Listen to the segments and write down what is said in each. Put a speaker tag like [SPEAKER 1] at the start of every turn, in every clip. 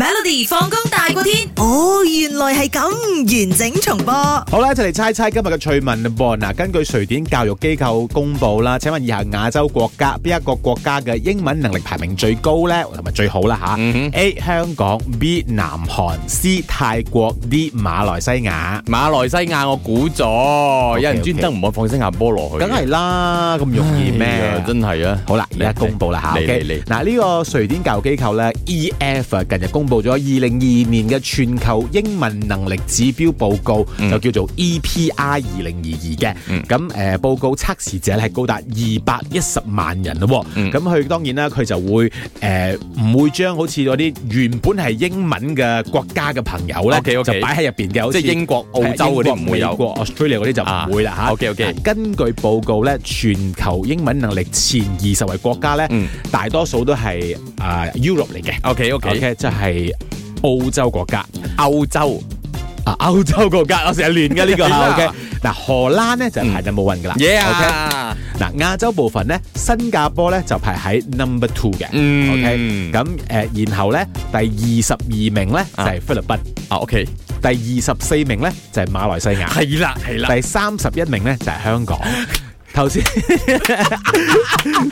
[SPEAKER 1] Melody 放工大過天，哦，原來係咁，完整重播。
[SPEAKER 2] 好啦，一齊嚟猜猜今日嘅趣聞啦噃。嗱，根據瑞典教育機構公佈啦，請問以下亞洲國家邊一個國家嘅英文能力排名最高呢？同埋最好啦吓。
[SPEAKER 3] 嗯
[SPEAKER 2] A 香港，B 南韓，C 泰國，D 馬來西亞。
[SPEAKER 3] 哼，馬來西亞我估咗有人專登唔愛放新加坡落去，
[SPEAKER 2] 梗係啦，咁容易
[SPEAKER 3] 哎呀
[SPEAKER 2] 咩？
[SPEAKER 3] 真係啊！
[SPEAKER 2] 好啦，而家公佈啦嚇
[SPEAKER 3] 嚟
[SPEAKER 2] OK
[SPEAKER 3] 嚟嚟
[SPEAKER 2] 嗱，呢個瑞典教育機構咧 EF 啊近日公佈咗二零二二年嘅全球英文能力指標報告，
[SPEAKER 3] 嗯
[SPEAKER 2] 就叫做 EPR 二零二
[SPEAKER 3] 嗯
[SPEAKER 2] 二嘅。咁誒、呃、報告測試者咧係高達二百一十萬人咯喎。
[SPEAKER 3] 嗯
[SPEAKER 2] 咁佢、當然啦，佢就會誒唔、呃會將好似嗰啲原本係英文嘅國家嘅朋友咧
[SPEAKER 3] OK，OK
[SPEAKER 2] 就擺喺入邊嘅，好似
[SPEAKER 3] 即係英國、澳洲嗰啲唔會
[SPEAKER 2] 美
[SPEAKER 3] 有。
[SPEAKER 2] 國 Australia 嗰啲就唔會啦嚇。
[SPEAKER 3] 啊，OK，OK
[SPEAKER 2] 根據報告咧，全球英文能力前二十位國家咧，
[SPEAKER 3] 嗯
[SPEAKER 2] 大多數都係啊、Europe 嚟嘅。
[SPEAKER 3] OK OK，
[SPEAKER 2] OK，即係澳洲國家
[SPEAKER 3] 歐洲
[SPEAKER 2] 啊，歐洲國家，我成日亂嘅呢 個。
[SPEAKER 3] 係啦
[SPEAKER 2] OK，嗱荷蘭咧就係排第冇運噶啦。OK，
[SPEAKER 3] ，Yeah，
[SPEAKER 2] 嗱亞洲部分咧，新加坡咧就排喺 number two 嘅。
[SPEAKER 3] 嗯
[SPEAKER 2] OK，咁誒、呃然後咧第二十二名咧就係菲律賓，
[SPEAKER 3] 啊 OK，
[SPEAKER 2] 第二十四名咧就係馬來西亞。
[SPEAKER 3] 係啦係啦，
[SPEAKER 2] 第三十一名咧就係香港。頭先，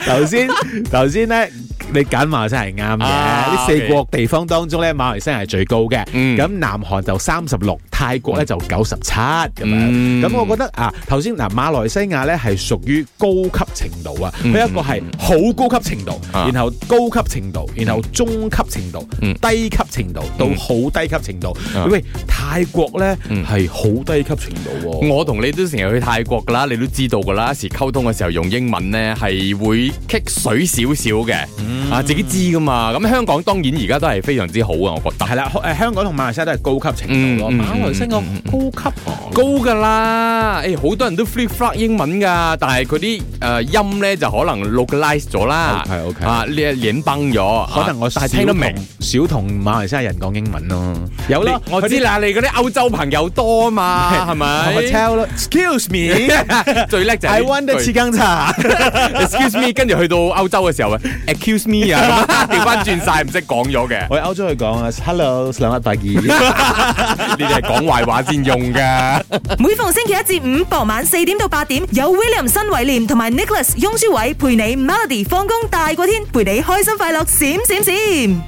[SPEAKER 2] 頭先，頭先咧，你揀馬來西亞係啱嘅。
[SPEAKER 3] 啊
[SPEAKER 2] 呢四
[SPEAKER 3] OK
[SPEAKER 2] 個地方當中咧，馬來西亞係最高嘅。
[SPEAKER 3] 嗯
[SPEAKER 2] 咁南韓就三十六，泰國咧就九十七咁樣。
[SPEAKER 3] 嗯
[SPEAKER 2] 咁我覺得啊，頭先嗱馬來西亞咧係屬於高級程度啊，佢
[SPEAKER 3] 嗯
[SPEAKER 2] 一個係好高級程度，
[SPEAKER 3] 啊
[SPEAKER 2] 然後高級程度，然後中級程度，
[SPEAKER 3] 嗯
[SPEAKER 2] 低級程度到好低級程度。
[SPEAKER 3] 啊
[SPEAKER 2] 喂，泰國咧
[SPEAKER 3] 嗯
[SPEAKER 2] 係好低級程度喎。
[SPEAKER 3] 我同你都成日去泰國噶啦，你都知道噶啦，時溝通嘅時候用英文呢係會棘水少少嘅，
[SPEAKER 2] 嗯
[SPEAKER 3] 啊自己知噶嘛。咁香港當然而家都係非常之好啊，我覺得
[SPEAKER 2] 係啦，誒香港同馬來西亞都係高級程度咯，
[SPEAKER 3] 嗯嗯
[SPEAKER 2] 馬來西亞
[SPEAKER 3] 嗯
[SPEAKER 2] 高級啊
[SPEAKER 3] 高噶啦。誒好多人都 flip flop 英文噶，但係佢啲誒音呢就可能 localize 咗啦
[SPEAKER 2] OK，OK
[SPEAKER 3] 啊你連崩咗，
[SPEAKER 2] 可能我
[SPEAKER 3] 啊但
[SPEAKER 2] 少
[SPEAKER 3] 係聽得明。
[SPEAKER 2] 少同馬來西亞人講英文咯，有啦，
[SPEAKER 3] 你我知啦，你嗰啲歐洲朋友多 嘛，係咪？
[SPEAKER 2] 我 tell 啦，excuse me，I
[SPEAKER 3] 最叻 就係呢
[SPEAKER 2] want
[SPEAKER 3] 句
[SPEAKER 2] the 翅根茶，
[SPEAKER 3] excuse me，跟住去到歐洲嘅時候啊，excuse me 啊，調翻轉晒唔識講咗 嘅，
[SPEAKER 2] 我喺歐洲去講啊，hello，兩一百二，
[SPEAKER 3] 你哋係講壞話先用㗎。
[SPEAKER 1] 每逢星期一至五傍晚四點到八點，有 William 新偉廉同埋 Nicholas 雍舒偉陪你 Melody 放工大過天，陪你開心快樂閃閃閃。